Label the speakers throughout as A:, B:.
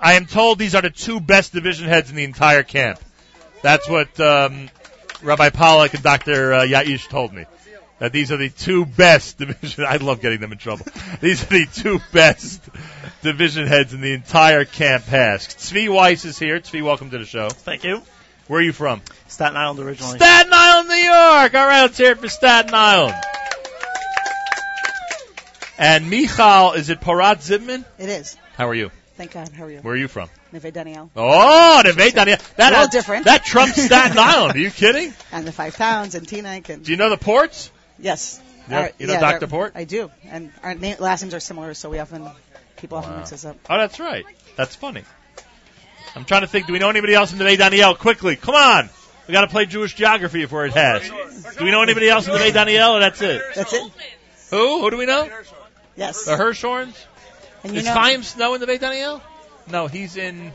A: I am told these are the two best division heads in the entire camp. That's what um, Rabbi Pollack and Dr. Uh, Yaish told me. That these are the two best division. I love getting them in trouble. these are the two best division heads in the entire camp. Has Tzvi Weiss is here. Tzvi, welcome to the show.
B: Thank you.
A: Where are you from?
B: Staten Island originally.
A: Staten Island, New York. All right, let's hear it for Staten Island. And Michal, is it Parat Zimman?
C: It is.
A: How are you?
C: Thank God. How are you?
A: Where are you from?
C: Neve Daniel.
A: Oh, the Bay Daniel. That
C: We're all different.
A: That trumps Staten Island. Are you kidding?
C: And the five pounds and Teaneck and
A: Do you know the ports?
C: yes.
A: Yeah,
C: Our-
A: you know
C: they're-
A: Dr. Port?
C: I do. And our name, last names are similar, so we often people often
A: Wow.
C: mix us up.
A: Oh, that's right. That's funny. I'm trying to think. Do we know anybody else in the Bay Daniel? Quickly, come on. We got to play Jewish geography before it has. Do we know anybody else in the Bay Daniel? Or that's it.
C: That's it.
A: Who? Who do we know?
C: Yes.
A: The Hirshhorns.
C: And you
A: Is
C: know,
A: Chaim Snow in the Bay Daniel? No, he's in.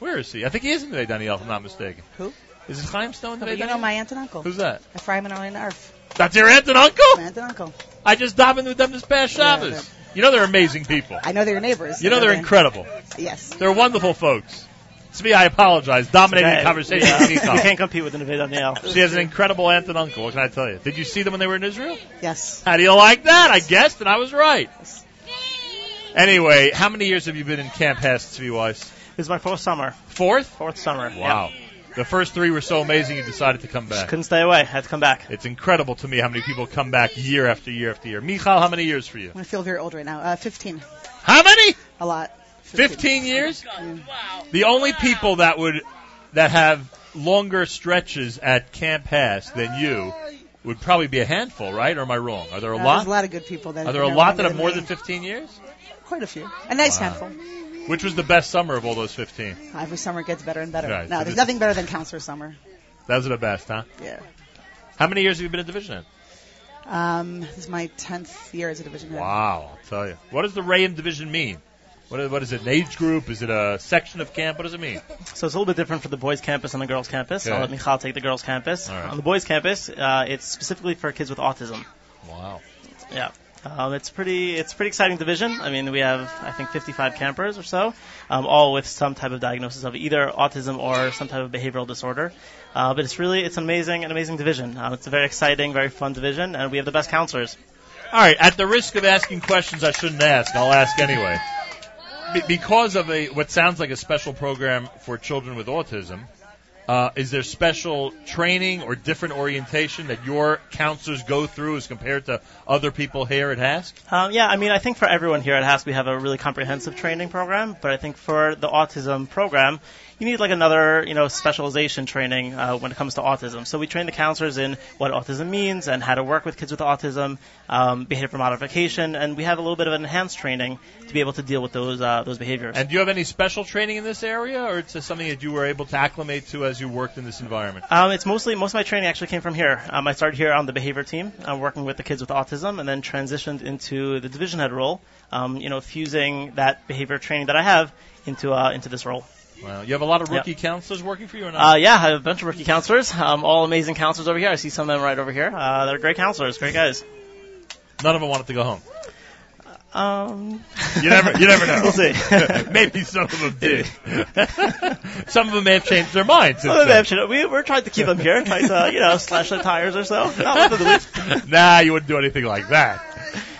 A: Where is he? I think he is in the Bay Daniel, if I'm not mistaken.
C: Who?
A: Is it Chaim Snow in the Bay
C: you
A: Daniel?
C: know my aunt and uncle.
A: Who's that?
C: Ephraim and Arlene Arf.
A: That's your aunt and
C: My
A: uncle?
C: aunt and uncle.
A: I just dived in with them this past
C: Yeah,
A: Shabbos. you know they're amazing people.
C: I know they're your neighbors.
A: You know they're incredible.
C: Yes.
A: They're wonderful folks. To me, I apologize. Dominating the conversation.
B: Yeah.
A: with
B: you
A: Michal.
B: can't compete with the Nevada now.
A: She has an incredible aunt and uncle. What can I tell you? Did you see them when they were in Israel?
C: Yes.
A: How do you like that? I guessed, and I was right. Anyway, how many years have you been in Camp Hess, to be wise?
B: This is my fourth summer.
A: Fourth?
B: Fourth summer.
A: Wow. The first three were so amazing, you decided to come
B: Yeah. Just
A: back.
B: couldn't stay away. Had to come back.
A: It's incredible to me how many people come back year after year after year. Michal, how many years for you?
C: I'm going to feel very old right now. Uh, 15.
A: How many?
C: A lot.
A: 15 years? The only people that would that have longer stretches at Camp Hess than you would probably be a handful, right? Or am I wrong? Are there a
C: Uh,
A: lot?
C: There's a lot of good people that
A: Are there
C: you
A: a
C: know,
A: lot that
C: longer
A: have more
C: me.
A: than 15 years?
C: Quite a few. A nice
A: Wow.
C: handful.
A: Which was the best summer of all those 15?
C: Every summer gets better and better.
A: Right.
C: No, there's nothing better than counselor summer.
A: Those are the best, huh?
C: Yeah.
A: How many years have you been in Division N?
C: Um, this is my 10th year as a division head.
A: Wow, I'll tell you. What does the Ray in Division mean? What is, what is it? An age group? Is it a section of camp? What does it mean?
B: So it's a little bit different for the boys' campus and the girls' campus.
A: Okay.
B: I'll let Michal take the girls' campus.
A: All right.
B: On the boys' campus, uh, it's specifically for kids with autism.
A: Wow.
B: Yeah. Um, it's pretty. It's a pretty exciting division. I mean, we have I think 55 campers or so, um, all with some type of diagnosis of either autism or some type of behavioral disorder. Uh, but it's really it's an amazing, an amazing division. Um, it's a very exciting, very fun division, and we have the best counselors.
A: All right, at the risk of asking questions I shouldn't ask, I'll ask anyway. Be- because of a what sounds like a special program for children with autism, uh, is there special training or different orientation that your counselors go through as compared to other people here at Hask?
B: Um, yeah, I mean, I think for everyone here at Hask, we have a really comprehensive training program. But I think for the autism program, you need like another, you know, specialization training uh, when it comes to autism. So we train the counselors in what autism means and how to work with kids with autism, um, behavior modification, and we have a little bit of enhanced training to be able to deal with those uh, those behaviors.
A: And do you have any special training in this area, or it's just something that you were able to acclimate to as you worked in this environment?
B: Um, it's mostly most of my training actually came from here. Um, I started here on the behavior team, uh, working with the kids with autism, and then transitioned into the division head role. Um, you know, fusing that behavior training that I have into uh, into this role.
A: Wow. You have a lot of
B: Yeah.
A: rookie counselors working for you, or not?
B: Uh, yeah, I have a bunch of rookie counselors. Um, all amazing counselors over here. I see some of them right over here. Uh, they're great counselors, great guys.
A: None of them wanted to go home.
B: Um,
A: You never, you never know.
B: we'll see.
A: Maybe some of them did. some of them may have changed their minds. since
B: Some of
A: then.
B: them should- we, we're trying to keep them here, trying to, you know, slash their tires or so. Not with the leaf.
A: nah, you wouldn't do anything like that.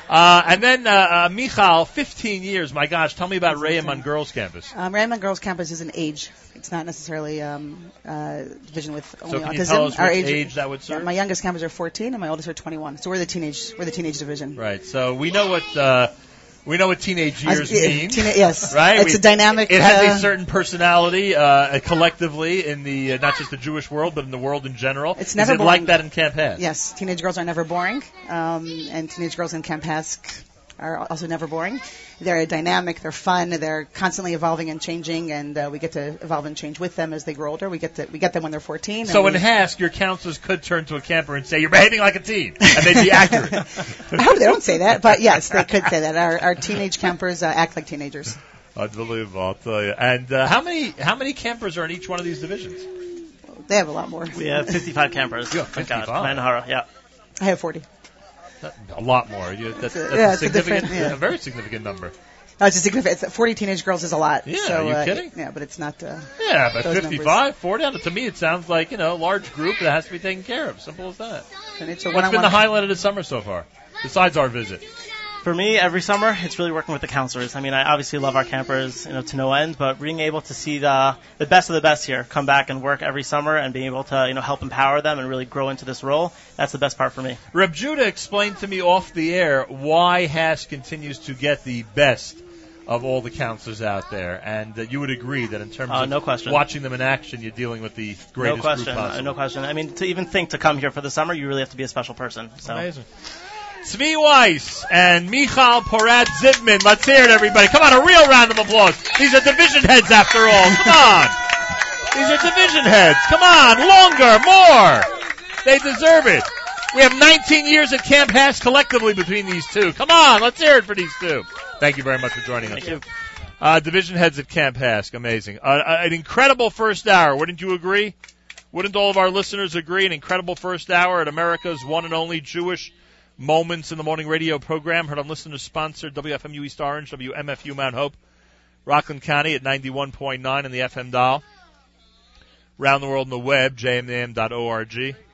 A: Uh, and then uh, uh, Michal, 15 years. My gosh, tell me about Rayam on girls' campus.
C: Um, Raymond Girls Campus is an age. It's not necessarily um, uh, division with only
A: So can
C: autism.
A: you tell us
C: Our
A: what age, that would
C: yeah,
A: serve?
C: my youngest campers are 14 and my oldest are 21. So we're the teenage we're the teenage division.
A: right. So we know what uh, we know what teenage
C: As-
A: years
C: yeah,
A: mean.
C: teena- yes.
A: Right?
C: It's
A: We-
C: a dynamic.
A: It has
C: uh,
A: a certain personality uh, collectively in the uh, not just the Jewish world, but in the world in general.
C: It's never
A: Is it like
C: boring.
A: that in Camp Hess?
C: Yes, teenage girls are never boring, um, and teenage girls in Camp Hask are also never boring. They're dynamic, they're fun, they're constantly evolving and changing, and uh, we get to evolve and change with them as they grow older. We get to we get them when they're 14. and
A: So in
C: we-
A: Hask, your counselors could turn to a camper and say, "You're behaving like a teen," and they'd be accurate.
C: I hope they don't say that, but yes, they could say that. Our, our teenage campers uh, act like teenagers.
A: Unbelievable, I'll tell you. And uh, how many how many campers are in each one of these divisions?
C: They have a lot more.
B: We have 55 campers.
A: Yeah,
B: My God,
A: 55.
B: Manhattan, yeah.
C: I have 40.
A: A lot more. You, that's,
C: It's a-
A: that's
C: yeah,
A: a
C: it's a
A: significant,
C: different- yeah.
A: a very significant number.
C: No, it's just significant. It's, 40 teenage girls is a lot.
A: Yeah,
C: so,
A: are you
C: uh,
A: kidding?
C: Yeah, but it's not. Uh,
A: Yeah, but
C: Those
A: 55,
C: numbers.
A: 40, I don't- to me it sounds like, you know, a large group that has to be taken care of. Simple as that.
C: and it's a
A: What's been
C: one-on-one
A: the highlight of the summer so far, besides our visit?
B: For me, every summer, it's really working with the counselors. I mean, I obviously love our campers, you know, to no end, but being able to see the the best of the best here come back and work every summer and being able to, you know, help empower them and really grow into this role, that's the best part for me.
A: Reb Judah explained to me off the air why Hass continues to get the best of all the counselors out there, and that you would agree that in terms
B: Uh,
A: of
B: no question.
A: watching them in action, you're dealing with the greatest
B: no question,
A: group possible.
B: uh, no question. I mean, to even think to come here for the summer, you really have to be a special person. So.
A: Amazing. Svi Weiss and Michal Porat Zipman. Let's hear it, everybody. Come on, a real round of applause. These are division heads after all. Come on. These are division heads. Come on, longer, more. They deserve it. We have 19 years at Camp Hass collectively between these two. Come on, let's hear it for these two. Thank you very much for joining us.
B: Thank you.
A: Uh, division heads at Camp Hask, amazing. Uh, uh, an incredible first hour, wouldn't you agree? Wouldn't all of our listeners agree? An incredible first hour at America's one and only Jewish Moments in the Morning radio program. Heard on listeners sponsored WFMU East Orange, WMFU Mount Hope, Rockland County at 91.9 in the FM dial. Round the world in the web, jmam.org.